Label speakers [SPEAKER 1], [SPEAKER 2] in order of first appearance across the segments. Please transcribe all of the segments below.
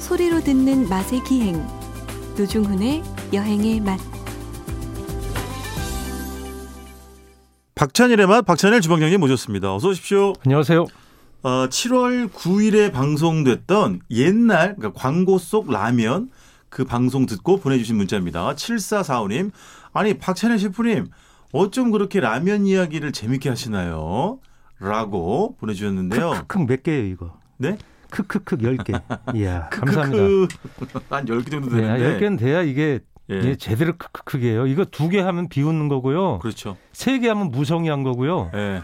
[SPEAKER 1] 소리로 듣는 맛의 기행 노중훈의 여행의 맛
[SPEAKER 2] 박찬일의 맛 박찬일 주방장님 모셨습니다. 어서 오십시오.
[SPEAKER 3] 안녕하세요.
[SPEAKER 2] 어, 7월 9일에 방송됐던 옛날 그러니까 광고 속 라면 그 방송 듣고 보내주신 문자입니다. 7445님 아니 박찬일 셰프님 어쩜 그렇게 라면 이야기를 재밌게 하시나요? 라고 보내주셨는데요.
[SPEAKER 3] 크크크 몇 개예요 이거?
[SPEAKER 2] 네?
[SPEAKER 3] 크크크 10개. 이야 감사합니다.
[SPEAKER 2] 한 10개 정도
[SPEAKER 3] 네,
[SPEAKER 2] 되는데.
[SPEAKER 3] 10개는 돼야 이게
[SPEAKER 2] 예.
[SPEAKER 3] 이게 제대로 크크크예요. 이거 두 개 하면 비웃는 거고요.
[SPEAKER 2] 그렇죠.
[SPEAKER 3] 세 개 하면 무성의한 거고요.
[SPEAKER 2] 예.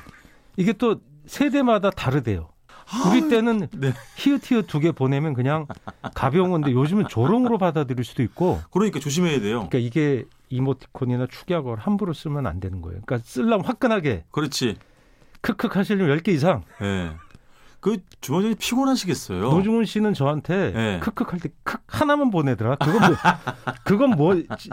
[SPEAKER 3] 이게 또 세대마다 다르대요. 아, 우리 때는
[SPEAKER 2] 네.
[SPEAKER 3] 히읗 히읗 두 개 보내면 그냥 가벼운 건데 요즘은 조롱으로 받아들일 수도 있고
[SPEAKER 2] 그러니까 조심해야 돼요.
[SPEAKER 3] 그러니까 이게 이모티콘이나 축약어를 함부로 쓰면 안 되는 거예요. 그러니까 쓰려면 화끈하게
[SPEAKER 2] 그렇지.
[SPEAKER 3] 크크 하시려면 10개 이상
[SPEAKER 2] 예. 그 주방장님 피곤하시겠어요.
[SPEAKER 3] 노중훈 씨는 저한테
[SPEAKER 2] 네.
[SPEAKER 3] 크크 할 때 크 하나만 보내더라. 그건 뭐, 그건 뭐 지-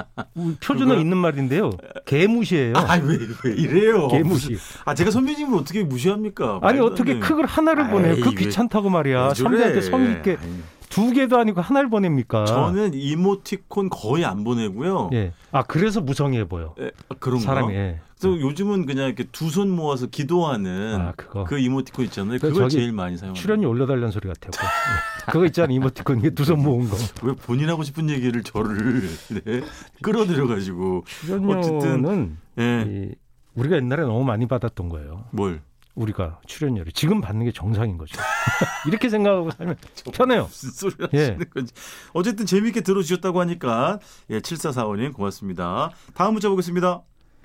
[SPEAKER 3] 표준어
[SPEAKER 2] 그거요?
[SPEAKER 3] 있는 말인데요. 개무시예요.
[SPEAKER 2] 아, 왜, 왜 이래요?
[SPEAKER 3] 개무시.
[SPEAKER 2] 아, 제가 선배님을 어떻게 무시합니까?
[SPEAKER 3] 아니
[SPEAKER 2] 말도 안
[SPEAKER 3] 어떻게
[SPEAKER 2] 되는.
[SPEAKER 3] 크를 하나를
[SPEAKER 2] 아이,
[SPEAKER 3] 보내요? 그
[SPEAKER 2] 왜-
[SPEAKER 3] 귀찮다고 말이야.
[SPEAKER 2] 왜 저래?
[SPEAKER 3] 선배한테 성의 있게
[SPEAKER 2] 아니,
[SPEAKER 3] 두 개도 아니고 하나를 보냅니까?
[SPEAKER 2] 저는 이모티콘 거의 안 보내고요.
[SPEAKER 3] 예. 아 그래서 무성해 보여.
[SPEAKER 2] 예, 아, 그런
[SPEAKER 3] 사람이.
[SPEAKER 2] 거.
[SPEAKER 3] 예.
[SPEAKER 2] 그래서 요즘은 그냥 이렇게 두 손 모아서 기도하는
[SPEAKER 3] 아 그거.
[SPEAKER 2] 그 이모티콘 있잖아요.
[SPEAKER 3] 그
[SPEAKER 2] 그걸
[SPEAKER 3] 저기
[SPEAKER 2] 제일 많이 사용해요.
[SPEAKER 3] 출연료 올려달라는 소리 같아요. 그거. 예. 그거 있잖아 이모티콘 이게 두 손 모은 거.
[SPEAKER 2] 왜 본인하고 싶은 얘기를 저를 네, 끌어들여가지고
[SPEAKER 3] 출연료는
[SPEAKER 2] 예,
[SPEAKER 3] 이, 우리가 옛날에 너무 많이 받았던 거예요.
[SPEAKER 2] 뭘
[SPEAKER 3] 우리가 출연료를 지금 받는 게 정상인 거죠. 이렇게 생각하고 살면 편해요.
[SPEAKER 2] 무슨 소리
[SPEAKER 3] 예.
[SPEAKER 2] 하시는 건지. 어쨌든 재미있게 들어주셨다고 하니까 예, 7445님 고맙습니다. 다음 문자 보겠습니다.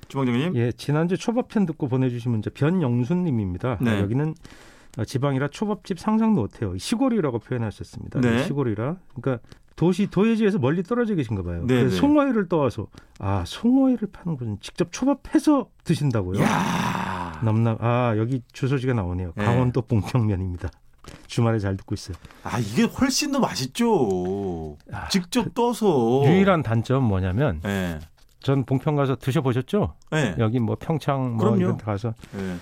[SPEAKER 2] 주방장님.
[SPEAKER 3] 예, 지난주 초밥편 듣고 보내주신 문자 변영순님입니다.
[SPEAKER 2] 네.
[SPEAKER 3] 아, 여기는 어, 지방이라 초밥집 상상도 못해요. 시골이라고 표현하셨습니다.
[SPEAKER 2] 네.
[SPEAKER 3] 시골이라. 그러니까 도시 도예지에서 멀리 떨어져 계신가 봐요.
[SPEAKER 2] 네,
[SPEAKER 3] 그래서
[SPEAKER 2] 네.
[SPEAKER 3] 송어회를 떠와서 아 송어회를 파는 곳은 직접 초밥해서 드신다고요?
[SPEAKER 2] 야.
[SPEAKER 3] 넘남 아 여기 주소지가 나오네요.
[SPEAKER 2] 네.
[SPEAKER 3] 강원도 봉평면입니다. 주말에 잘 듣고 있어요.
[SPEAKER 2] 아 이게 훨씬 더 맛있죠.
[SPEAKER 3] 아,
[SPEAKER 2] 직접 떠서.
[SPEAKER 3] 유일한 단점 뭐냐면
[SPEAKER 2] 예.
[SPEAKER 3] 전 봉평 가서 드셔보셨죠?
[SPEAKER 2] 예.
[SPEAKER 3] 여기 뭐 평창 뭐
[SPEAKER 2] 그럼요.
[SPEAKER 3] 이런 데 가서
[SPEAKER 2] 예.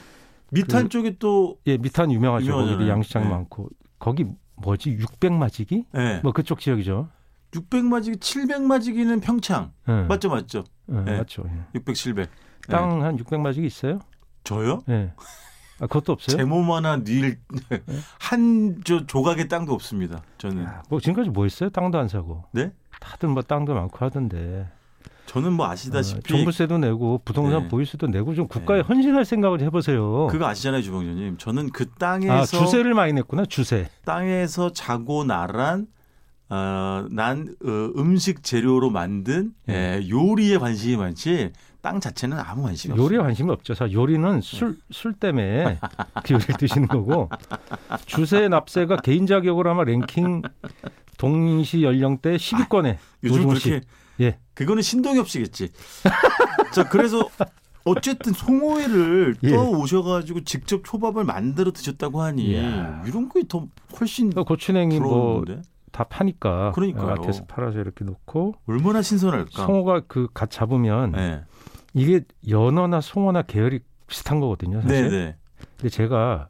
[SPEAKER 2] 밑한
[SPEAKER 3] 그-
[SPEAKER 2] 쪽이 또
[SPEAKER 3] 예, 밑한 유명하죠.
[SPEAKER 2] 유명하잖아요.
[SPEAKER 3] 거기 양식장
[SPEAKER 2] 예.
[SPEAKER 3] 많고 거기 뭐지? 600마지기?
[SPEAKER 2] 예.
[SPEAKER 3] 뭐 그쪽 지역이죠.
[SPEAKER 2] 600마지기, 700마지기는 평창.
[SPEAKER 3] 예.
[SPEAKER 2] 맞죠, 맞죠.
[SPEAKER 3] 예,
[SPEAKER 2] 예.
[SPEAKER 3] 맞죠. 예.
[SPEAKER 2] 600, 700. 예.
[SPEAKER 3] 땅 한 600마지기 있어요?
[SPEAKER 2] 저요?
[SPEAKER 3] 예. 아, 그것도 없어요? 네.
[SPEAKER 2] 제 몸 하나 네. 닐한저 조각의 땅도 없습니다. 저는
[SPEAKER 3] 아, 뭐 지금까지 뭐 했어요? 땅도 안 사고.
[SPEAKER 2] 네?
[SPEAKER 3] 다들 뭐 땅도 많고 하던데.
[SPEAKER 2] 저는 뭐
[SPEAKER 3] 어,
[SPEAKER 2] 아시다시피
[SPEAKER 3] 종부세도 내고 부동산
[SPEAKER 2] 네.
[SPEAKER 3] 보유세도 내고 좀 국가에 헌신할 생각을 해보세요.
[SPEAKER 2] 그거 아시잖아요, 주방장님. 저는 그 땅에서
[SPEAKER 3] 아, 주세를 많이 냈구나. 주세.
[SPEAKER 2] 땅에서 자고 나란 어, 난 어, 음식 재료로 만든
[SPEAKER 3] 네.
[SPEAKER 2] 예, 요리에 관심이 많지 땅 자체는 아무 관심이 없어요.
[SPEAKER 3] 요리에 관심이 없죠. 사실 요리는
[SPEAKER 2] 네.
[SPEAKER 3] 술, 술 때문에 그 요리를 드시는 거고 주세 납세가 개인 자격으로 아마 랭킹 동시 연령대 10위권에
[SPEAKER 2] 요즘
[SPEAKER 3] 노중훈 씨.
[SPEAKER 2] 그렇게
[SPEAKER 3] 예.
[SPEAKER 2] 그거는 신동엽 씨겠지. 자 그래서 어쨌든 송어회를
[SPEAKER 3] 예.
[SPEAKER 2] 떠오셔가지고 직접 초밥을 만들어 드셨다고 하니
[SPEAKER 3] 이야.
[SPEAKER 2] 이런 게 더 훨씬
[SPEAKER 3] 또 고추냉이 뭐 다
[SPEAKER 2] 부러운데
[SPEAKER 3] 파니까
[SPEAKER 2] 그러니까요.
[SPEAKER 3] 마트에서 팔아서 이렇게 놓고
[SPEAKER 2] 얼마나 신선할까.
[SPEAKER 3] 송어가 그 갓 잡으면
[SPEAKER 2] 네.
[SPEAKER 3] 이게 연어나 송어나 계열이 비슷한 거거든요. 사실.
[SPEAKER 2] 네, 네,
[SPEAKER 3] 근데 제가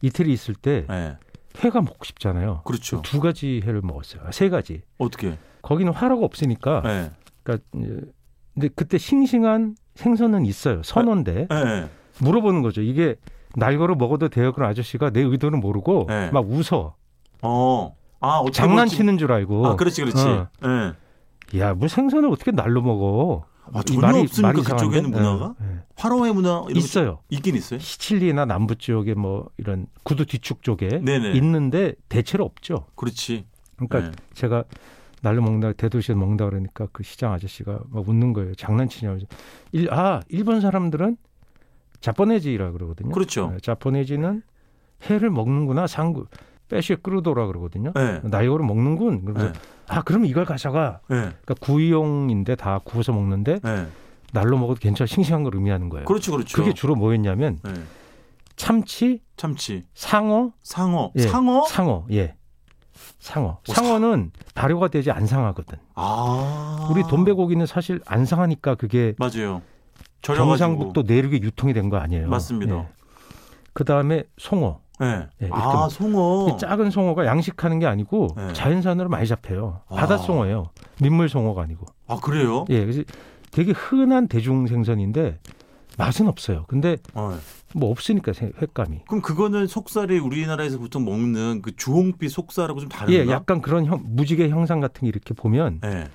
[SPEAKER 3] 이태리 있을 때
[SPEAKER 2] 네.
[SPEAKER 3] 회가 먹고 싶잖아요.
[SPEAKER 2] 그렇죠.
[SPEAKER 3] 두 가지 회를 먹었어요. 아, 세 가지.
[SPEAKER 2] 어떻게?
[SPEAKER 3] 거기는 화로가 없으니까
[SPEAKER 2] 네.
[SPEAKER 3] 그러니까 이제- 근데 그때 싱싱한 생선은 있어요. 선어인데
[SPEAKER 2] 네.
[SPEAKER 3] 물어보는 거죠. 이게 날거로 먹어도 돼요? 그런 아저씨가 내 의도를 모르고
[SPEAKER 2] 네.
[SPEAKER 3] 막 웃어
[SPEAKER 2] 어. 아, 어떻게
[SPEAKER 3] 장난치는 줄 알고.
[SPEAKER 2] 볼지- 아, 그렇지, 그렇지.
[SPEAKER 3] 어.
[SPEAKER 2] 예.
[SPEAKER 3] 야, 뭐 생선을 어떻게 날로 먹어?
[SPEAKER 2] 아,
[SPEAKER 3] 이
[SPEAKER 2] 전혀 없습니까? 그쪽에는 문화가?
[SPEAKER 3] 예, 예.
[SPEAKER 2] 화로회 문화 이런 거
[SPEAKER 3] 있어요.
[SPEAKER 2] 좀 있긴 있어요.
[SPEAKER 3] 시칠리나 남부 지역에 뭐 이런 구두 뒤축 쪽에
[SPEAKER 2] 네네. 네.
[SPEAKER 3] 있는데 대체로 없죠.
[SPEAKER 2] 그렇지.
[SPEAKER 3] 그러니까 제가 날로 먹는다 대도시에서 먹는다 그러니까 그 시장 아저씨가 막 웃는 거예요. 장난치냐고. 일, 아 일본 사람들은 자포네지라 그러거든요.
[SPEAKER 2] 그렇죠.
[SPEAKER 3] 네, 자포네지는 회를 먹는구나 상구 빼쉬에 끓으도라 그러거든요.
[SPEAKER 2] 예.
[SPEAKER 3] 나이거로 먹는군.
[SPEAKER 2] 예.
[SPEAKER 3] 그러면서 아 그럼 이걸 가져가.
[SPEAKER 2] 예.
[SPEAKER 3] 그러니까 구이용인데 다 구워서 먹는데
[SPEAKER 2] 예.
[SPEAKER 3] 날로 먹어도 괜찮아 싱싱한 걸 의미하는 거예요.
[SPEAKER 2] 그렇죠, 그렇죠.
[SPEAKER 3] 네. 그게 주로 뭐였냐면
[SPEAKER 2] 예.
[SPEAKER 3] 참치,
[SPEAKER 2] 참치,
[SPEAKER 3] 상어,
[SPEAKER 2] 상어,
[SPEAKER 3] 예.
[SPEAKER 2] 상어.
[SPEAKER 3] 상어, 예. 상어.
[SPEAKER 2] 오,
[SPEAKER 3] 상어는 발효가 되지 안 상하거든.
[SPEAKER 2] 아.
[SPEAKER 3] 우리 돈베고기는 사실 안 상하니까 그게
[SPEAKER 2] 맞아요. 절여가지고.
[SPEAKER 3] 경상북도 내륙에 유통이 된 거 아니에요.
[SPEAKER 2] 맞습니다.
[SPEAKER 3] 그 다음에 송어.
[SPEAKER 2] 네.
[SPEAKER 3] 네, 이렇게
[SPEAKER 2] 아,
[SPEAKER 3] 먹-
[SPEAKER 2] 송어.
[SPEAKER 3] 이 작은 송어가 양식하는 게 아니고
[SPEAKER 2] 네.
[SPEAKER 3] 자연산으로 많이 잡혀요.
[SPEAKER 2] 아.
[SPEAKER 3] 바다 송어예요. 민물 송어가 아니고.
[SPEAKER 2] 아, 그래요?
[SPEAKER 3] 예, 그래서 되게 흔한 대중 생선인데 맛은 없어요. 근데
[SPEAKER 2] 어.
[SPEAKER 3] 뭐 없으니까 생- 횟감이.
[SPEAKER 2] 그럼 그거는 속살이 우리나라에서 보통 먹는 그 주홍빛 속살하고 좀 다른가?
[SPEAKER 3] 예, 약간 그런 형- 무지개 형상 같은 게 이렇게 보면
[SPEAKER 2] 네.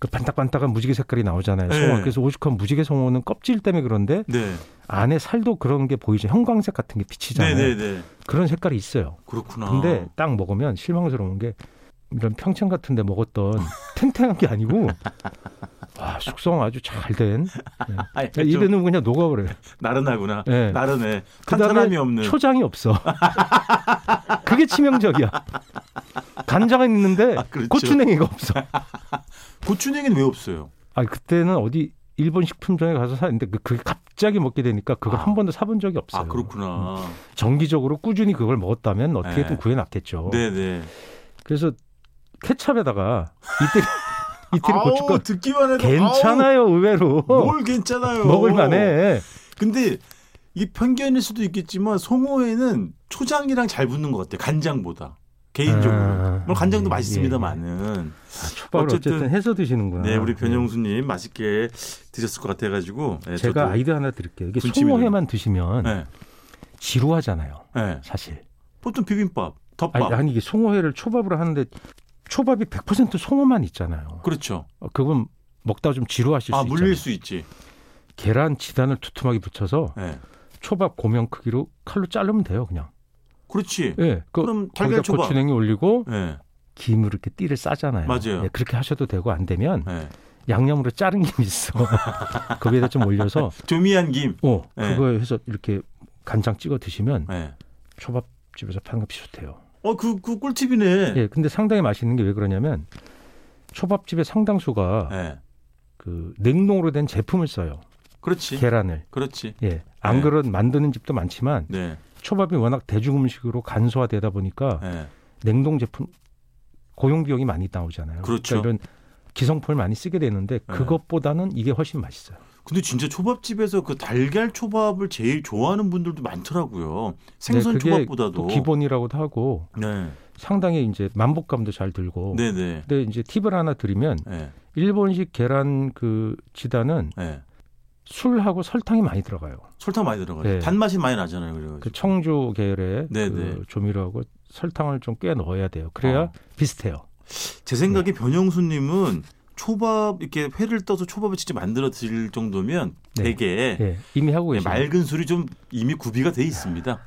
[SPEAKER 3] 그 반딱반딱한 무지개 색깔이 나오잖아요.
[SPEAKER 2] 예.
[SPEAKER 3] 송어. 그래서 오죽하면 무지개 송어는 껍질 때문에 그런데
[SPEAKER 2] 네.
[SPEAKER 3] 안에 살도 그런 게 보이죠. 형광색 같은 게 비치잖아요.
[SPEAKER 2] 네네네.
[SPEAKER 3] 그런 색깔이 있어요.
[SPEAKER 2] 그렇구나.
[SPEAKER 3] 근데 딱 먹으면 실망스러운 게 이런 평창 같은 데 먹었던 탱탱한 게 아니고 와 숙성 아주 잘된
[SPEAKER 2] 아, 약간 좀
[SPEAKER 3] 이래는 그냥 녹아버려요.
[SPEAKER 2] 나른하구나.
[SPEAKER 3] 예.
[SPEAKER 2] 나른해.
[SPEAKER 3] 그다음에
[SPEAKER 2] 탄탄함이 없는.
[SPEAKER 3] 초장이 없어. 그게 치명적이야. 간장은 있는데
[SPEAKER 2] 아, 그렇죠.
[SPEAKER 3] 고추냉이가 없어.
[SPEAKER 2] 고추냉이는 왜 없어요?
[SPEAKER 3] 아 그때는 어디 일본 식품점에 가서 사는데 그- 그게 갑자기 먹게 되니까 그걸
[SPEAKER 2] 아.
[SPEAKER 3] 한 번도 사본 적이 없어요.
[SPEAKER 2] 아, 그렇구나.
[SPEAKER 3] 정기적으로 꾸준히 그걸 먹었다면 어떻게든
[SPEAKER 2] 네.
[SPEAKER 3] 구해놨겠죠.
[SPEAKER 2] 네네.
[SPEAKER 3] 그래서 케찹에다가 이태리 이태리
[SPEAKER 2] 아우,
[SPEAKER 3] 고춧가루
[SPEAKER 2] 듣기만 해도
[SPEAKER 3] 괜찮아요 의외로
[SPEAKER 2] 아우, 뭘 괜찮아요.
[SPEAKER 3] 어. 먹을만해
[SPEAKER 2] 근데 이게 편견일 수도 있겠지만 송어회는 초장이랑 잘 붙는 것 같아요. 간장보다 개인적으로.
[SPEAKER 3] 아,
[SPEAKER 2] 물론 간장도
[SPEAKER 3] 예,
[SPEAKER 2] 맛있습니다만은.
[SPEAKER 3] 초밥을 어쨌든,
[SPEAKER 2] 어쨌든
[SPEAKER 3] 해서 드시는구나
[SPEAKER 2] 네, 우리
[SPEAKER 3] 네.
[SPEAKER 2] 변영수님 맛있게 드셨을 것 같아가지고 네,
[SPEAKER 3] 제가
[SPEAKER 2] 저도-
[SPEAKER 3] 아이디어 하나 드릴게요 이게
[SPEAKER 2] 군침이
[SPEAKER 3] 송어회만 드시면
[SPEAKER 2] 네,
[SPEAKER 3] 지루하잖아요
[SPEAKER 2] 네.
[SPEAKER 3] 사실
[SPEAKER 2] 보통 비빔밥, 덮밥.
[SPEAKER 3] 아니, 아니, 이게 송어회를 초밥으로 하는데 초밥이 100% 송어만 있잖아요
[SPEAKER 2] 그렇죠.
[SPEAKER 3] 어, 그건 먹다가 좀 지루하실
[SPEAKER 2] 아
[SPEAKER 3] 수
[SPEAKER 2] 물릴
[SPEAKER 3] 있잖아요
[SPEAKER 2] 수 있지.
[SPEAKER 3] 계란 지단을 두툼하게 붙여서
[SPEAKER 2] 네.
[SPEAKER 3] 초밥 고명 크기로 칼로 자르면 돼요 그냥
[SPEAKER 2] 그렇지.
[SPEAKER 3] 예 그,
[SPEAKER 2] 그럼
[SPEAKER 3] 거기다
[SPEAKER 2] 달걀 초밥.
[SPEAKER 3] 고추냉이 올리고
[SPEAKER 2] 네,
[SPEAKER 3] 김으로 이렇게 띠를 싸잖아요.
[SPEAKER 2] 맞아요.
[SPEAKER 3] 예, 그렇게 하셔도 되고 안 되면
[SPEAKER 2] 네.
[SPEAKER 3] 양념으로 자른 김 있어. 거기에다 좀 올려서
[SPEAKER 2] 조미한 김.
[SPEAKER 3] 어
[SPEAKER 2] 네.
[SPEAKER 3] 그거 해서 이렇게 간장 찍어 드시면
[SPEAKER 2] 네.
[SPEAKER 3] 초밥집에서 파는 거 비슷해요.
[SPEAKER 2] 어그 그 꿀팁이네.
[SPEAKER 3] 예, 근데 상당히 맛있는 게 왜 그러냐면 초밥집의 상당수가
[SPEAKER 2] 네.
[SPEAKER 3] 그 냉동으로 된 제품을 써요.
[SPEAKER 2] 그렇지.
[SPEAKER 3] 계란을.
[SPEAKER 2] 그렇지.
[SPEAKER 3] 예. 안
[SPEAKER 2] 네.
[SPEAKER 3] 그런 만드는 집도 많지만
[SPEAKER 2] 네.
[SPEAKER 3] 초밥이 워낙 대중 음식으로 간소화되다 보니까
[SPEAKER 2] 네.
[SPEAKER 3] 냉동 제품 고용 비용이 많이 나오잖아요.
[SPEAKER 2] 그렇죠. 네.
[SPEAKER 3] 러니까 이런 기성품을 많이 쓰게 되는데 그것보다는 이게 훨씬 맛있어요.
[SPEAKER 2] 근데 진짜 초밥집에서 그 달걀 초밥을 제일 좋아하는 분들도 많더라고요. 생선
[SPEAKER 3] 네, 그게
[SPEAKER 2] 초밥보다도.
[SPEAKER 3] 또 기본이라고도 하고
[SPEAKER 2] 네.
[SPEAKER 3] 상당히 이제 만복감도 잘 들고.
[SPEAKER 2] 네네.
[SPEAKER 3] 근데 이제 팁을 하나 드리면
[SPEAKER 2] 네.
[SPEAKER 3] 일본식 계란 그 지단은
[SPEAKER 2] 네.
[SPEAKER 3] 술하고 설탕이 많이 들어가요.
[SPEAKER 2] 설탕 많이 들어가죠.
[SPEAKER 3] 네.
[SPEAKER 2] 단맛이 많이 나잖아요. 그래가지고.
[SPEAKER 3] 그 청주 계열의
[SPEAKER 2] 그렇죠. 네, 네.
[SPEAKER 3] 그 조미료하고 설탕을 좀 꽤 넣어야 돼요. 그래야
[SPEAKER 2] 어.
[SPEAKER 3] 비슷해요.
[SPEAKER 2] 제 생각에
[SPEAKER 3] 네.
[SPEAKER 2] 변영수님은 초밥 이렇게 회를 떠서 초밥을 직접 만들어 드릴 정도면
[SPEAKER 3] 네.
[SPEAKER 2] 되게
[SPEAKER 3] 예, 이미 하고
[SPEAKER 2] 예,
[SPEAKER 3] 계시죠.
[SPEAKER 2] 맑은 술이 좀 이미 구비가 돼 있습니다.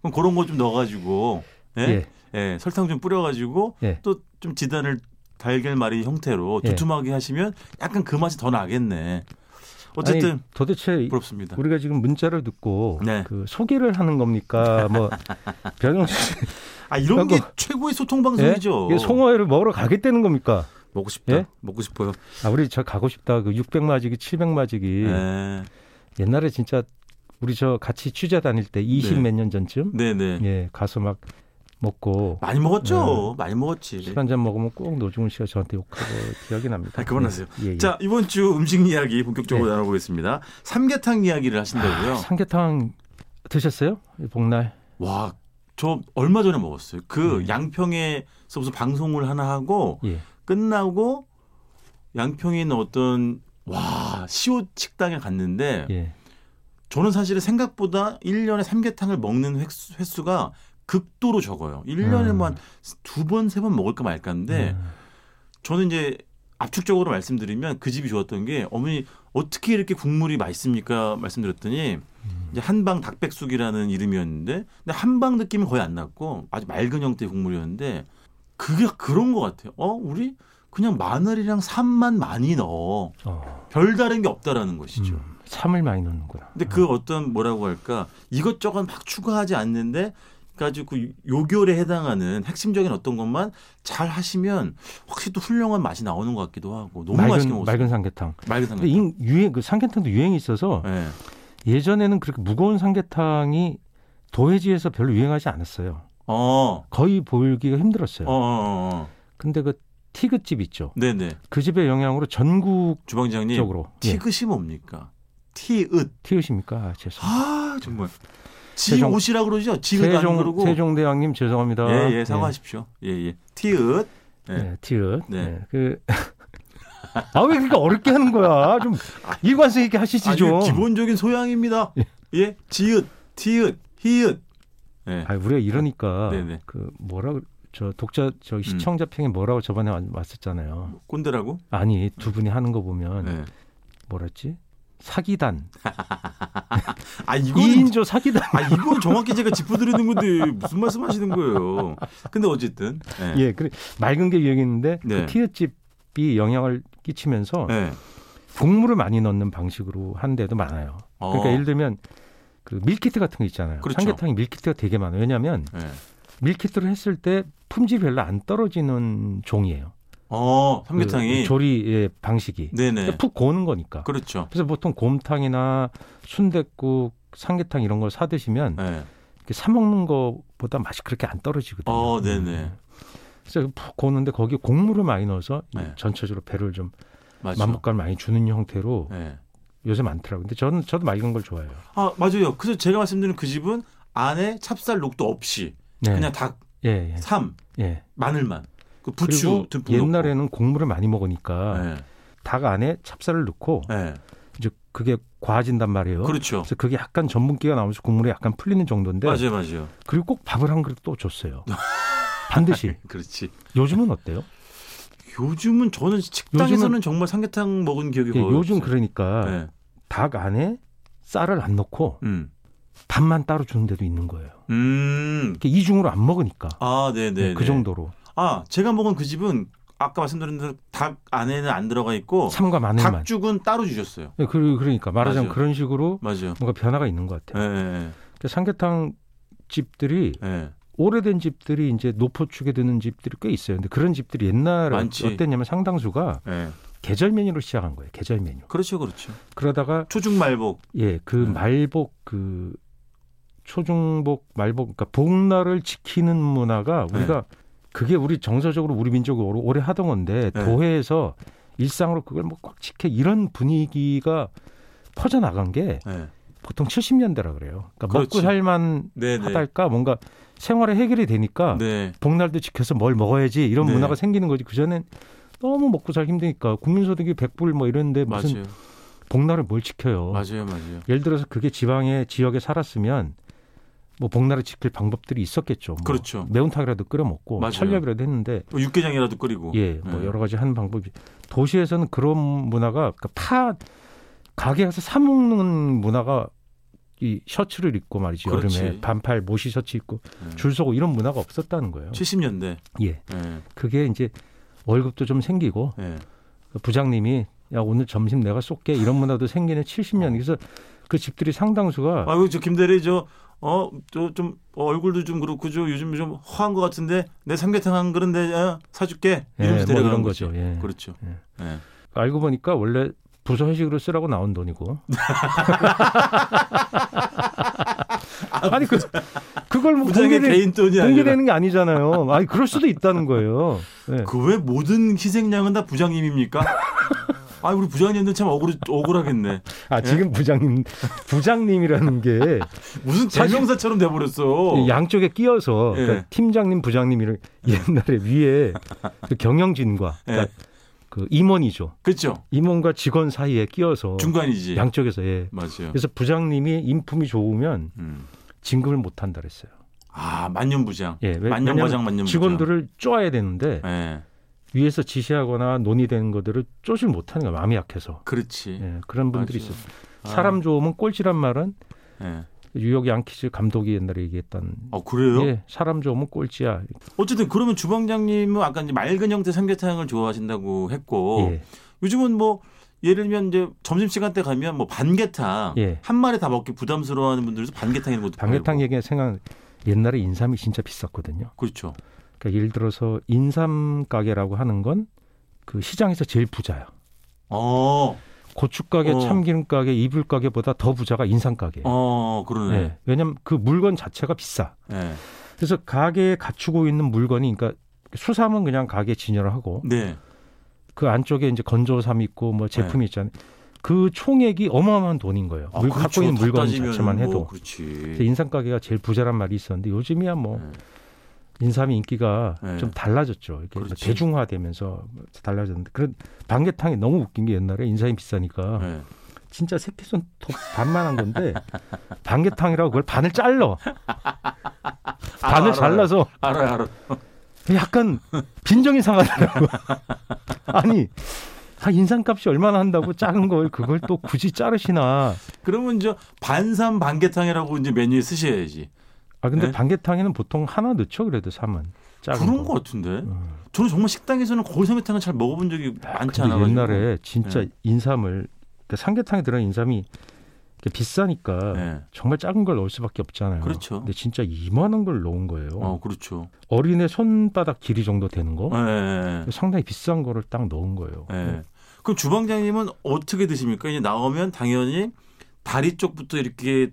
[SPEAKER 2] 그럼 그런 거 좀 넣어가지고 예?
[SPEAKER 3] 예,
[SPEAKER 2] 예, 설탕 좀 뿌려가지고
[SPEAKER 3] 예.
[SPEAKER 2] 또 좀 지단을 달걀말이 형태로
[SPEAKER 3] 예.
[SPEAKER 2] 두툼하게 하시면 약간 그 맛이 더 나겠네. 어쨌든
[SPEAKER 3] 아니, 도대체
[SPEAKER 2] 부럽습니다.
[SPEAKER 3] 우리가 지금 문자를 듣고
[SPEAKER 2] 네.
[SPEAKER 3] 그 소개를 하는 겁니까? 뭐 변영수 씨,
[SPEAKER 2] 아 이런 게
[SPEAKER 3] 그러니까-
[SPEAKER 2] 최고의
[SPEAKER 3] 예?
[SPEAKER 2] 소통방송이죠.
[SPEAKER 3] 이게 송어회를 먹으러 가겠다는 겁니까?
[SPEAKER 2] 먹고 싶다.
[SPEAKER 3] 예?
[SPEAKER 2] 먹고 싶어요.
[SPEAKER 3] 아, 우리 저 가고 싶다. 그 600마지기, 700마지기.
[SPEAKER 2] 예.
[SPEAKER 3] 옛날에 진짜 우리 저 같이 취재 다닐 때 20
[SPEAKER 2] 네.
[SPEAKER 3] 몇 년 전쯤
[SPEAKER 2] 네, 네. 아,
[SPEAKER 3] 예, 가서 막 먹고
[SPEAKER 2] 많이
[SPEAKER 3] 예.
[SPEAKER 2] 먹었죠. 많이 먹었지.
[SPEAKER 3] 술 한잔 먹으면 꼭 노중훈 씨가 저한테 욕하고 기억이 납니다.
[SPEAKER 2] 네. 아, 그만하세요.
[SPEAKER 3] 예, 예.
[SPEAKER 2] 자 이번 주 음식 이야기 본격적으로
[SPEAKER 3] 네.
[SPEAKER 2] 나눠보겠습니다. 삼계탕 이야기를 하신다고요.
[SPEAKER 3] 아, 삼계탕 드셨어요? 이 복날.
[SPEAKER 2] 와 저 얼마 전에 먹었어요. 그
[SPEAKER 3] 네.
[SPEAKER 2] 양평에서 무슨 방송을 하나 하고
[SPEAKER 3] 예.
[SPEAKER 2] 끝나고 양평에 있는 어떤 와 시옷 식당에 갔는데
[SPEAKER 3] 예.
[SPEAKER 2] 저는 사실은 생각보다 1년에 삼계탕을 먹는 횟수, 횟수가 극도로 적어요. 1년에
[SPEAKER 3] 음.
[SPEAKER 2] 뭐한두 번, 세 번 먹을까 말까인데
[SPEAKER 3] 음.
[SPEAKER 2] 저는 이제 압축적으로 말씀드리면 그 집이 좋았던 게 어머니 어떻게 이렇게 국물이 맛있습니까 말씀드렸더니 이제 한방 닭백숙이라는 이름이었는데 근데 한방 느낌은 거의 안 났고 아주 맑은 형태의 국물이었는데 그게 그런 것 같아요. 어 우리 그냥 마늘이랑 산만 많이 넣어
[SPEAKER 3] 어.
[SPEAKER 2] 별다른 게 없다라는 것이죠.
[SPEAKER 3] 음. 참을 많이 넣는구나.
[SPEAKER 2] 근데 그 어떤 뭐라고 할까 이것저것 막 추가하지 않는데 가지고 그 요결에 해당하는 핵심적인 어떤 것만 잘 하시면 확실히 또 훌륭한 맛이 나오는 것 같기도 하고 너무 맛있게
[SPEAKER 3] 맑은,
[SPEAKER 2] 먹었어요.
[SPEAKER 3] 맑은 삼계탕.
[SPEAKER 2] 맑은
[SPEAKER 3] 근데
[SPEAKER 2] 삼계탕.
[SPEAKER 3] 이 유행 그 삼계탕도 유행이 있어서
[SPEAKER 2] 예.
[SPEAKER 3] 예전에는 그렇게 무거운 삼계탕이 도해지에서 별로 유행하지 않았어요.
[SPEAKER 2] 어.
[SPEAKER 3] 거의 보기가 힘들었어요.
[SPEAKER 2] 어, 어, 어, 어.
[SPEAKER 3] 근데 그 티그집 있죠.
[SPEAKER 2] 네네.
[SPEAKER 3] 그 집의 영향으로 전국적으로
[SPEAKER 2] 주방장님.
[SPEAKER 3] 예,
[SPEAKER 2] 티긋이 뭡니까? 티읒.
[SPEAKER 3] 티읕입니까? 아, 예. 죄송.
[SPEAKER 2] 아 정말. 지
[SPEAKER 3] 세종-
[SPEAKER 2] 옷이라 그러죠. 지읒 안
[SPEAKER 3] 세종
[SPEAKER 2] 그러고.
[SPEAKER 3] 세종대왕님 죄송합니다.
[SPEAKER 2] 예, 예, 사과하십시오. 예, 예. 티읒.
[SPEAKER 3] 네,
[SPEAKER 2] 네.
[SPEAKER 3] 네, 티읕.
[SPEAKER 2] 네.
[SPEAKER 3] 네. 그 아, 왜 그렇게 어렵게 하는 거야? 좀 일관성 있게 하시지
[SPEAKER 2] 아주
[SPEAKER 3] 좀.
[SPEAKER 2] 기본적인 소양입니다.
[SPEAKER 3] 예.
[SPEAKER 2] 예. 지읒, 티읒, 히읒. 예.
[SPEAKER 3] 아, 우리가 이러니까
[SPEAKER 2] 네네. 음.
[SPEAKER 3] 그 뭐라고 저 독자 저 시청자 평에 뭐라고 저번에 왔- 왔었잖아요.
[SPEAKER 2] 꼰대라고?
[SPEAKER 3] 아니 두 분이 하는 거 보면
[SPEAKER 2] 예.
[SPEAKER 3] 뭐랬지? 사기단
[SPEAKER 2] 아,
[SPEAKER 3] 이
[SPEAKER 2] 이건
[SPEAKER 3] 인조 사기단
[SPEAKER 2] 아, 이건 정확히 제가 짚어드리는 건데 무슨 말씀하시는 거예요? 근데 어쨌든 예.
[SPEAKER 3] 예, 그래 맑은 게 유행인데
[SPEAKER 2] 네.
[SPEAKER 3] 그 티읕집이 영향을 끼치면서
[SPEAKER 2] 예.
[SPEAKER 3] 국물을 많이 넣는 방식으로 한 데도 많아요.
[SPEAKER 2] 어.
[SPEAKER 3] 그러니까 예를 들면 그 밀키트 같은 거 있잖아요.
[SPEAKER 2] 그렇죠.
[SPEAKER 3] 삼계탕이 밀키트가 되게 많아요. 왜냐하면
[SPEAKER 2] 예.
[SPEAKER 3] 밀키트를 했을 때 품질이 별로 안 떨어지는 종이에요.
[SPEAKER 2] 어,
[SPEAKER 3] 그
[SPEAKER 2] 삼계탕이
[SPEAKER 3] 조리 의 방식이 그러니까
[SPEAKER 2] 네네.
[SPEAKER 3] 푹 고는 거니까.
[SPEAKER 2] 그렇죠.
[SPEAKER 3] 그래서 보통 곰탕이나 순댓국, 삼계탕 이런 걸 사 드시면
[SPEAKER 2] 예.
[SPEAKER 3] 이렇게 사 먹는 거보다 맛이 그렇게 안 떨어지거든요.
[SPEAKER 2] 어, 네네.
[SPEAKER 3] 그래서 푹 고는데 거기에 곡물을 많이 넣어서 이
[SPEAKER 2] 네.
[SPEAKER 3] 전체적으로 배를 좀
[SPEAKER 2] 맞죠.
[SPEAKER 3] 만복감을 많이 주는 형태로
[SPEAKER 2] 예.
[SPEAKER 3] 요새 많더라고요. 근데 저는 저도 맑은 걸 좋아해요.
[SPEAKER 2] 아, 맞아요. 그래서 제가 말씀드린 그 집은 안에 찹쌀 녹도 없이
[SPEAKER 3] 네.
[SPEAKER 2] 그냥 닭,
[SPEAKER 3] 예,
[SPEAKER 2] 삼,
[SPEAKER 3] 예, 예.
[SPEAKER 2] 마늘만. 그 부추
[SPEAKER 3] 그리고
[SPEAKER 2] 듬뿍 넣고.
[SPEAKER 3] 옛날에는 곡물을 많이 먹으니까
[SPEAKER 2] 예.
[SPEAKER 3] 닭 안에 찹쌀을 넣고
[SPEAKER 2] 예.
[SPEAKER 3] 이제 그게 과진단 말이에요.
[SPEAKER 2] 그렇죠.
[SPEAKER 3] 그래서 그게 약간 전분기가 나오면서 국물이 약간 풀리는 정도인데
[SPEAKER 2] 맞아요, 맞아요.
[SPEAKER 3] 그리고 꼭 밥을 한 그릇 또 줬어요. 반드시.
[SPEAKER 2] 그렇지.
[SPEAKER 3] 요즘은 어때요?
[SPEAKER 2] 요즘은 저는 식당에서는 정말 삼계탕 먹은 기억이
[SPEAKER 3] 예,
[SPEAKER 2] 거의
[SPEAKER 3] 요즘
[SPEAKER 2] 없어요.
[SPEAKER 3] 그러니까
[SPEAKER 2] 예.
[SPEAKER 3] 닭 안에 쌀을 안 넣고
[SPEAKER 2] 음.
[SPEAKER 3] 밥만 따로 주는 데도 있는 거예요.
[SPEAKER 2] 음.
[SPEAKER 3] 이렇게 이중으로 안 먹으니까
[SPEAKER 2] 아, 네, 네.
[SPEAKER 3] 그 정도로
[SPEAKER 2] 아, 제가 먹은 그 집은 아까 말씀드린 대로 닭 안에는 안 들어가 있고
[SPEAKER 3] 참과 마늘만.
[SPEAKER 2] 닭죽은 따로 주셨어요.
[SPEAKER 3] 예, 그- 그러니까 말하자면
[SPEAKER 2] 맞아요.
[SPEAKER 3] 그런 식으로
[SPEAKER 2] 맞아요.
[SPEAKER 3] 뭔가 변화가 있는 것 같아요.
[SPEAKER 2] 예, 예,
[SPEAKER 3] 그러니까 삼계탕 집들이
[SPEAKER 2] 예. 예.
[SPEAKER 3] 오래된 집들이 이제 노포축에 드는 집들이 꽤 있어요. 근데 그런 집들이 옛날에
[SPEAKER 2] 많지.
[SPEAKER 3] 어땠냐면 상당수가
[SPEAKER 2] 예.
[SPEAKER 3] 계절 메뉴로 시작한 거예요. 계절 메뉴.
[SPEAKER 2] 그렇죠, 그렇죠.
[SPEAKER 3] 그러다가
[SPEAKER 2] 초중 말복.
[SPEAKER 3] 예, 그
[SPEAKER 2] 네.
[SPEAKER 3] 말복 그 초중복 말복 그러니까 복날을 지키는 문화가
[SPEAKER 2] 네.
[SPEAKER 3] 우리가 그게 우리 정서적으로 우리 민족으로 오래 하던 건데
[SPEAKER 2] 네.
[SPEAKER 3] 도회에서 일상으로 그걸 뭐 꽉 지켜 이런 분위기가 퍼져 나간 게
[SPEAKER 2] 예.
[SPEAKER 3] 보통 70년대라 그래요. 그러니까
[SPEAKER 2] 그렇지.
[SPEAKER 3] 먹고 살만
[SPEAKER 2] 네, 네.
[SPEAKER 3] 하달까 뭔가 생활에 해결이 되니까
[SPEAKER 2] 네.
[SPEAKER 3] 복날도 지켜서 뭘 먹어야지 이런
[SPEAKER 2] 네.
[SPEAKER 3] 문화가 생기는 거지. 그전엔 너무 먹고 살기 힘드니까 국민소득이 100불 뭐 이런데 무슨 뭐?
[SPEAKER 2] 맞아요.
[SPEAKER 3] 복날을 뭘 지켜요.
[SPEAKER 2] 맞아요, 맞아요.
[SPEAKER 3] 예를 들어서 그게 지방의 지역에 살았으면 뭐 복날을 지킬 방법들이 있었겠죠. 뭐
[SPEAKER 2] 그렇죠.
[SPEAKER 3] 매운탕이라도 끓여 먹고
[SPEAKER 2] 맞아요.
[SPEAKER 3] 철렵이라도 했는데
[SPEAKER 2] 뭐 육개장이라도 끓이고.
[SPEAKER 3] 예, 뭐
[SPEAKER 2] 네.
[SPEAKER 3] 여러 가지 하는 방법이 도시에서는 그런 문화가 그러니까 파 가게 가서 사 먹는 문화가 이 셔츠를 입고 말이지
[SPEAKER 2] 그렇지.
[SPEAKER 3] 여름에 반팔 모시 셔츠 입고
[SPEAKER 2] 예.
[SPEAKER 3] 줄 서고 이런 문화가 없었다는 거예요.
[SPEAKER 2] 70년대.
[SPEAKER 3] 예.
[SPEAKER 2] 예.
[SPEAKER 3] 그게 이제 월급도 좀 생기고
[SPEAKER 2] 예.
[SPEAKER 3] 부장님이 야 오늘 점심 내가 쏠게 이런 문화도 생기는 70년 그래서 그 집들이 상당수가
[SPEAKER 2] 어. 아이고 저 김대리 저어저좀 얼굴도 좀 그렇고 저 요즘 좀 허한 것 같은데 내 삼계탕 한 그릇 내 어, 사줄게
[SPEAKER 3] 예,
[SPEAKER 2] 이러면서
[SPEAKER 3] 뭐
[SPEAKER 2] 데려가는
[SPEAKER 3] 이런
[SPEAKER 2] 거죠.
[SPEAKER 3] 거죠. 예.
[SPEAKER 2] 그렇죠.
[SPEAKER 3] 예.
[SPEAKER 2] 예.
[SPEAKER 3] 알고 보니까 원래 부서 회식으로 쓰라고 나온 돈이고. 아니 그 그걸 뭐
[SPEAKER 2] 부장의
[SPEAKER 3] 공개되,
[SPEAKER 2] 개인 돈이 아니라
[SPEAKER 3] 공개되는 게 아니잖아요. 아니 그럴 수도 있다는 거예요. 예.
[SPEAKER 2] 그 왜 모든 희생양은 다 부장님입니까? 아 우리 부장님들 참 억울 억울하겠네.
[SPEAKER 3] 아 지금 부장님 부장님이라는 게
[SPEAKER 2] 무슨 제명사처럼 돼버렸어.
[SPEAKER 3] 이 양쪽에 끼어서
[SPEAKER 2] 예.
[SPEAKER 3] 그러니까 팀장님 부장님 이런 옛날에 위에 그 경영진과
[SPEAKER 2] 예.
[SPEAKER 3] 그러니까 그 임원이죠.
[SPEAKER 2] 그렇죠.
[SPEAKER 3] 임원과 직원 사이에 끼어서
[SPEAKER 2] 중간이지. 어.
[SPEAKER 3] 양쪽에서 예.
[SPEAKER 2] 맞아요.
[SPEAKER 3] 그래서 부장님이 인품이 좋으면
[SPEAKER 2] 음.
[SPEAKER 3] 진급을 못 한다 그랬어요.
[SPEAKER 2] 아 만년부장.
[SPEAKER 3] 예, 왜-
[SPEAKER 2] 만년부장
[SPEAKER 3] 왜냐면
[SPEAKER 2] 만년부장.
[SPEAKER 3] 직원들을 쪼아야 되는데
[SPEAKER 2] 예.
[SPEAKER 3] 위에서 지시하거나 논의되는 것들을 쪼질 못하는 거야 마음이 약해서
[SPEAKER 2] 그렇지.
[SPEAKER 3] 예, 그런 분들이
[SPEAKER 2] 맞아요.
[SPEAKER 3] 있었어요. 사람 좋으면 꼴찌란 말은
[SPEAKER 2] 아, 예.
[SPEAKER 3] 뉴욕 양키즈 감독이 옛날에 얘기했던
[SPEAKER 2] 아 그래요?
[SPEAKER 3] 예, 사람 좋으면 꼴찌야.
[SPEAKER 2] 어쨌든 그러면 주방장님은 아까 이제 맑은 형태 삼계탕을 좋아하신다고 했고
[SPEAKER 3] 예,
[SPEAKER 2] 요즘은 뭐 예를 들면 이제 점심 시간 때 가면 뭐 반계탕
[SPEAKER 3] 예.
[SPEAKER 2] 한 마리 다 먹기 부담스러워하는 분들도 반계탕 이런 것도
[SPEAKER 3] 방개탕
[SPEAKER 2] 팔고.
[SPEAKER 3] 얘기 생각 옛날에 인삼이 진짜 비쌌거든요.
[SPEAKER 2] 그렇죠.
[SPEAKER 3] 그러니까 예를 들어서 인삼 가게라고 하는 건 그 시장에서 제일 부자야.
[SPEAKER 2] 어,
[SPEAKER 3] 고추 가게,
[SPEAKER 2] 어.
[SPEAKER 3] 참기름 가게, 이불 가게보다 더 부자가 인삼 가게.
[SPEAKER 2] 어 그러네.
[SPEAKER 3] 예, 왜냐하면 그 물건 자체가 비싸.
[SPEAKER 2] 네,
[SPEAKER 3] 그래서 가게에 갖추고 있는 물건이 그러니까 수삼은 그냥 가게 진열을 하고
[SPEAKER 2] 네,
[SPEAKER 3] 그 안쪽에 이제 건조삼 있고 뭐 제품이 있잖아요. 그 총액이 어마어마한 돈인 거예요.
[SPEAKER 2] 아,
[SPEAKER 3] 물,
[SPEAKER 2] 그렇죠.
[SPEAKER 3] 갖고 있는 물건 자체만 해도.
[SPEAKER 2] 뭐 그렇지.
[SPEAKER 3] 그래서 인삼 가게가 제일 부자란 말이 있었는데 요즘이야 뭐
[SPEAKER 2] 네.
[SPEAKER 3] 인삼이 인기가
[SPEAKER 2] 네.
[SPEAKER 3] 좀 달라졌죠. 이렇게
[SPEAKER 2] 그렇지.
[SPEAKER 3] 대중화되면서 달라졌는데 그런 반개탕이 너무 웃긴 게 옛날에 인삼이 비싸니까
[SPEAKER 2] 네.
[SPEAKER 3] 진짜 새끼손톱 반만한 건데 반개탕이라고 그걸 반을 잘라 반을
[SPEAKER 2] 알아,
[SPEAKER 3] 잘라서
[SPEAKER 2] 알아 알아.
[SPEAKER 3] 약간 빈정이 상하더라고. 아니 아, 인삼값이 얼마나 한다고 작은 걸 그걸 또 굳이 자르시나.
[SPEAKER 2] 그러면 이제 반삼 반개탕이라고 이제 메뉴에 쓰셔야지.
[SPEAKER 3] 아 근데
[SPEAKER 2] 네?
[SPEAKER 3] 반개탕에는 보통 하나 넣죠 그래도 삼은 작은
[SPEAKER 2] 그런
[SPEAKER 3] 거.
[SPEAKER 2] 것 같은데.
[SPEAKER 3] 음.
[SPEAKER 2] 저는 정말 식당에서는 거울 삼계탕을 잘 먹어본 적이 많지 않아
[SPEAKER 3] 근데
[SPEAKER 2] 가지고.
[SPEAKER 3] 옛날에 진짜
[SPEAKER 2] 네.
[SPEAKER 3] 인삼을 그러니까 삼계탕에 들어간 인삼이 이렇게 비싸니까
[SPEAKER 2] 네.
[SPEAKER 3] 정말 작은 걸 넣을 수밖에 없잖아요.
[SPEAKER 2] 그렇죠.
[SPEAKER 3] 근데 진짜 이만한 걸 넣은 거예요.
[SPEAKER 2] 어 그렇죠.
[SPEAKER 3] 어. 린애 손바닥 길이 정도 되는 거.
[SPEAKER 2] 네.
[SPEAKER 3] 상당히 비싼 거를 딱 넣은 거예요.
[SPEAKER 2] 네. 그럼 주방장님은 어떻게 드십니까? 이제 나오면 당연히 다리 쪽부터 이렇게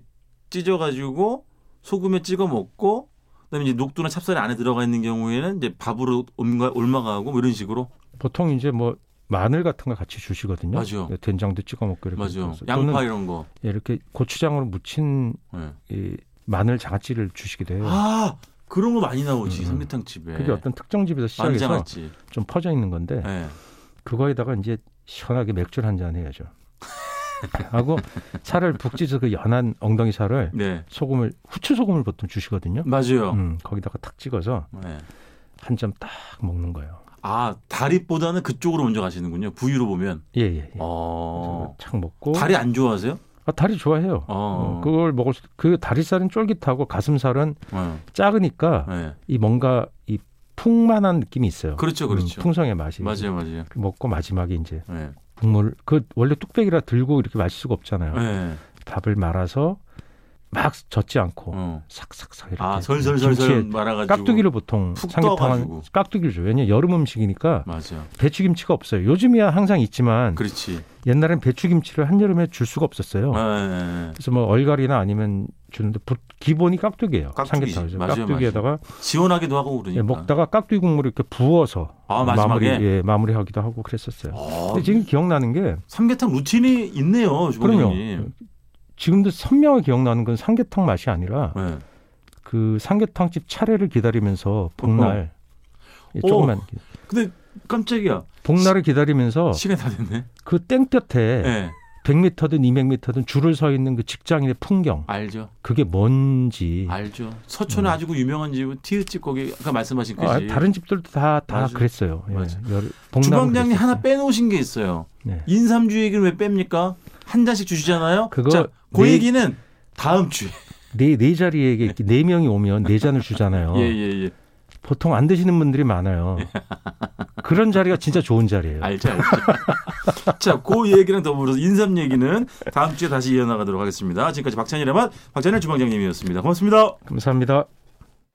[SPEAKER 2] 찢어가지고 소금에 찍어 먹고 그다음에 이제 녹두나 찹쌀이 안에 들어가 있는 경우에는 이제 밥으로 옮가- 올라가고 뭐 이런 식으로
[SPEAKER 3] 보통 이제 뭐 마늘 같은 거 같이 주시거든요.
[SPEAKER 2] 맞아요.
[SPEAKER 3] 네, 된장도 찍어 먹고 이렇게.
[SPEAKER 2] 맞아요.
[SPEAKER 3] 해서.
[SPEAKER 2] 양파
[SPEAKER 3] 또는
[SPEAKER 2] 이런 거.
[SPEAKER 3] 예, 이렇게 고추장으로 무친
[SPEAKER 2] 네.
[SPEAKER 3] 이 마늘 장아찌를 주시기도 해요.
[SPEAKER 2] 아 그런 거 많이 나오지
[SPEAKER 3] 예. 음.
[SPEAKER 2] 삼계탕 집에.
[SPEAKER 3] 그게 어떤 특정 집에서 시작해서
[SPEAKER 2] 만장아찌.
[SPEAKER 3] 좀 퍼져 있는 건데
[SPEAKER 2] 네.
[SPEAKER 3] 그거에다가 이제 시원하게 맥주 를 한 잔 해야죠. 하고 살을 북지서 그 연한 엉덩이 살을
[SPEAKER 2] 네.
[SPEAKER 3] 소금을 후추 소금을 보통 주시거든요.
[SPEAKER 2] 맞아요.
[SPEAKER 3] 음, 거기다가 탁 찍어서
[SPEAKER 2] 네.
[SPEAKER 3] 한 점 딱 먹는 거예요.
[SPEAKER 2] 아 다리보다는 그쪽으로 먼저 가시는군요. 부위로 보면.
[SPEAKER 3] 예, 예. 그렇죠. 예.
[SPEAKER 2] 어.
[SPEAKER 3] 그래서 탁 먹고
[SPEAKER 2] 다리 안 좋아하세요?
[SPEAKER 3] 아, 다리 좋아해요.
[SPEAKER 2] 어.
[SPEAKER 3] 어, 그걸 먹을 수, 그 다리살은 쫄깃하고 가슴살은
[SPEAKER 2] 네.
[SPEAKER 3] 작으니까
[SPEAKER 2] 네.
[SPEAKER 3] 이 뭔가 이 풍만한 느낌이 있어요.
[SPEAKER 2] 그렇죠, 그렇죠.
[SPEAKER 3] 음, 풍성의 맛이.
[SPEAKER 2] 맞아요, 맞아요.
[SPEAKER 3] 그 먹고 마지막에 이제
[SPEAKER 2] 네.
[SPEAKER 3] 국물 그 원래 뚝배기라 들고 이렇게 마실 수가 없잖아요.
[SPEAKER 2] 네.
[SPEAKER 3] 밥을 말아서 막 젓지 않고
[SPEAKER 2] 어.
[SPEAKER 3] 싹싹싹 이렇게.
[SPEAKER 2] 아 설설설설
[SPEAKER 3] 김치에
[SPEAKER 2] 말아가지고.
[SPEAKER 3] 깍두기를 보통
[SPEAKER 2] 푹
[SPEAKER 3] 삼계탕은
[SPEAKER 2] 떠가지고.
[SPEAKER 3] 깍두기를 줘요. 왜냐 면 여름 음식이니까
[SPEAKER 2] 맞아.
[SPEAKER 3] 배추김치가 없어요. 요즘이야 항상 있지만
[SPEAKER 2] 그렇지.
[SPEAKER 3] 옛날엔 배추김치를 한여름에 줄 수가 없었어요.
[SPEAKER 2] 네, 네, 네.
[SPEAKER 3] 그래서 뭐 얼갈이나 아니면 주는데 부- 기본이 깍두기예요.
[SPEAKER 2] 깍두기지.
[SPEAKER 3] 삼계탕에서
[SPEAKER 2] 맞아요,
[SPEAKER 3] 깍두기에다가
[SPEAKER 2] 지원하기도 하고
[SPEAKER 3] 예,
[SPEAKER 2] 그러니까.
[SPEAKER 3] 먹다가 깍두기 국물을 이렇게 부어서
[SPEAKER 2] 아,
[SPEAKER 3] 마무리
[SPEAKER 2] 마지막에?
[SPEAKER 3] 예, 마무리하기도 하고 그랬었어요.
[SPEAKER 2] 어,
[SPEAKER 3] 근데 지금 기억나는 게
[SPEAKER 2] 삼계탕 루틴이 있네요,
[SPEAKER 3] 그럼요.
[SPEAKER 2] 주방장님. 예.
[SPEAKER 3] 지금도 선명하게 기억나는 건 삼계탕 맛이 아니라
[SPEAKER 2] 네.
[SPEAKER 3] 그 삼계탕집 차례를 기다리면서 복날 예, 조금만
[SPEAKER 2] 근데 깜짝이야.
[SPEAKER 3] 복날을 기다리면서
[SPEAKER 2] 시간 다 됐네.
[SPEAKER 3] 그 땡볕에
[SPEAKER 2] 네.
[SPEAKER 3] 100m든 200m든 줄을 서 있는 그 직장인의 풍경
[SPEAKER 2] 알죠.
[SPEAKER 3] 그게 뭔지
[SPEAKER 2] 알죠. 서촌에 아주 그 유명한 집은 티읕집 거기 아까 말씀하신 그지.
[SPEAKER 3] 음. 아, 다른 집들도 다 다
[SPEAKER 2] 맞아.
[SPEAKER 3] 그랬어요. 예,
[SPEAKER 2] 맞아.
[SPEAKER 3] 열- 복날은
[SPEAKER 2] 주방장님
[SPEAKER 3] 그랬었어요.
[SPEAKER 2] 하나 빼놓으신 게 있어요.
[SPEAKER 3] 네.
[SPEAKER 2] 인삼주 얘기는 왜 뺍니까? 한 잔씩 주시잖아요.
[SPEAKER 3] 그거 네.
[SPEAKER 2] 자, 그
[SPEAKER 3] 내-
[SPEAKER 2] 얘기는 다음 주에.
[SPEAKER 3] 네, 네 자리에 이게 이렇게 네 명이 오면 네 잔을 주잖아요.
[SPEAKER 2] 예, 예, 예.
[SPEAKER 3] 보통 안 드시는 분들이 많아요. 그런 자리가 진짜 좋은 자리예요.
[SPEAKER 2] 알죠, 알죠. 자, 그 얘기랑 더불어서 인삼 얘기는 다음 주에 다시 이어나가도록 하겠습니다. 지금까지 박찬일의 맛, 박찬일 주방장님이었습니다. 고맙습니다.
[SPEAKER 3] 감사합니다.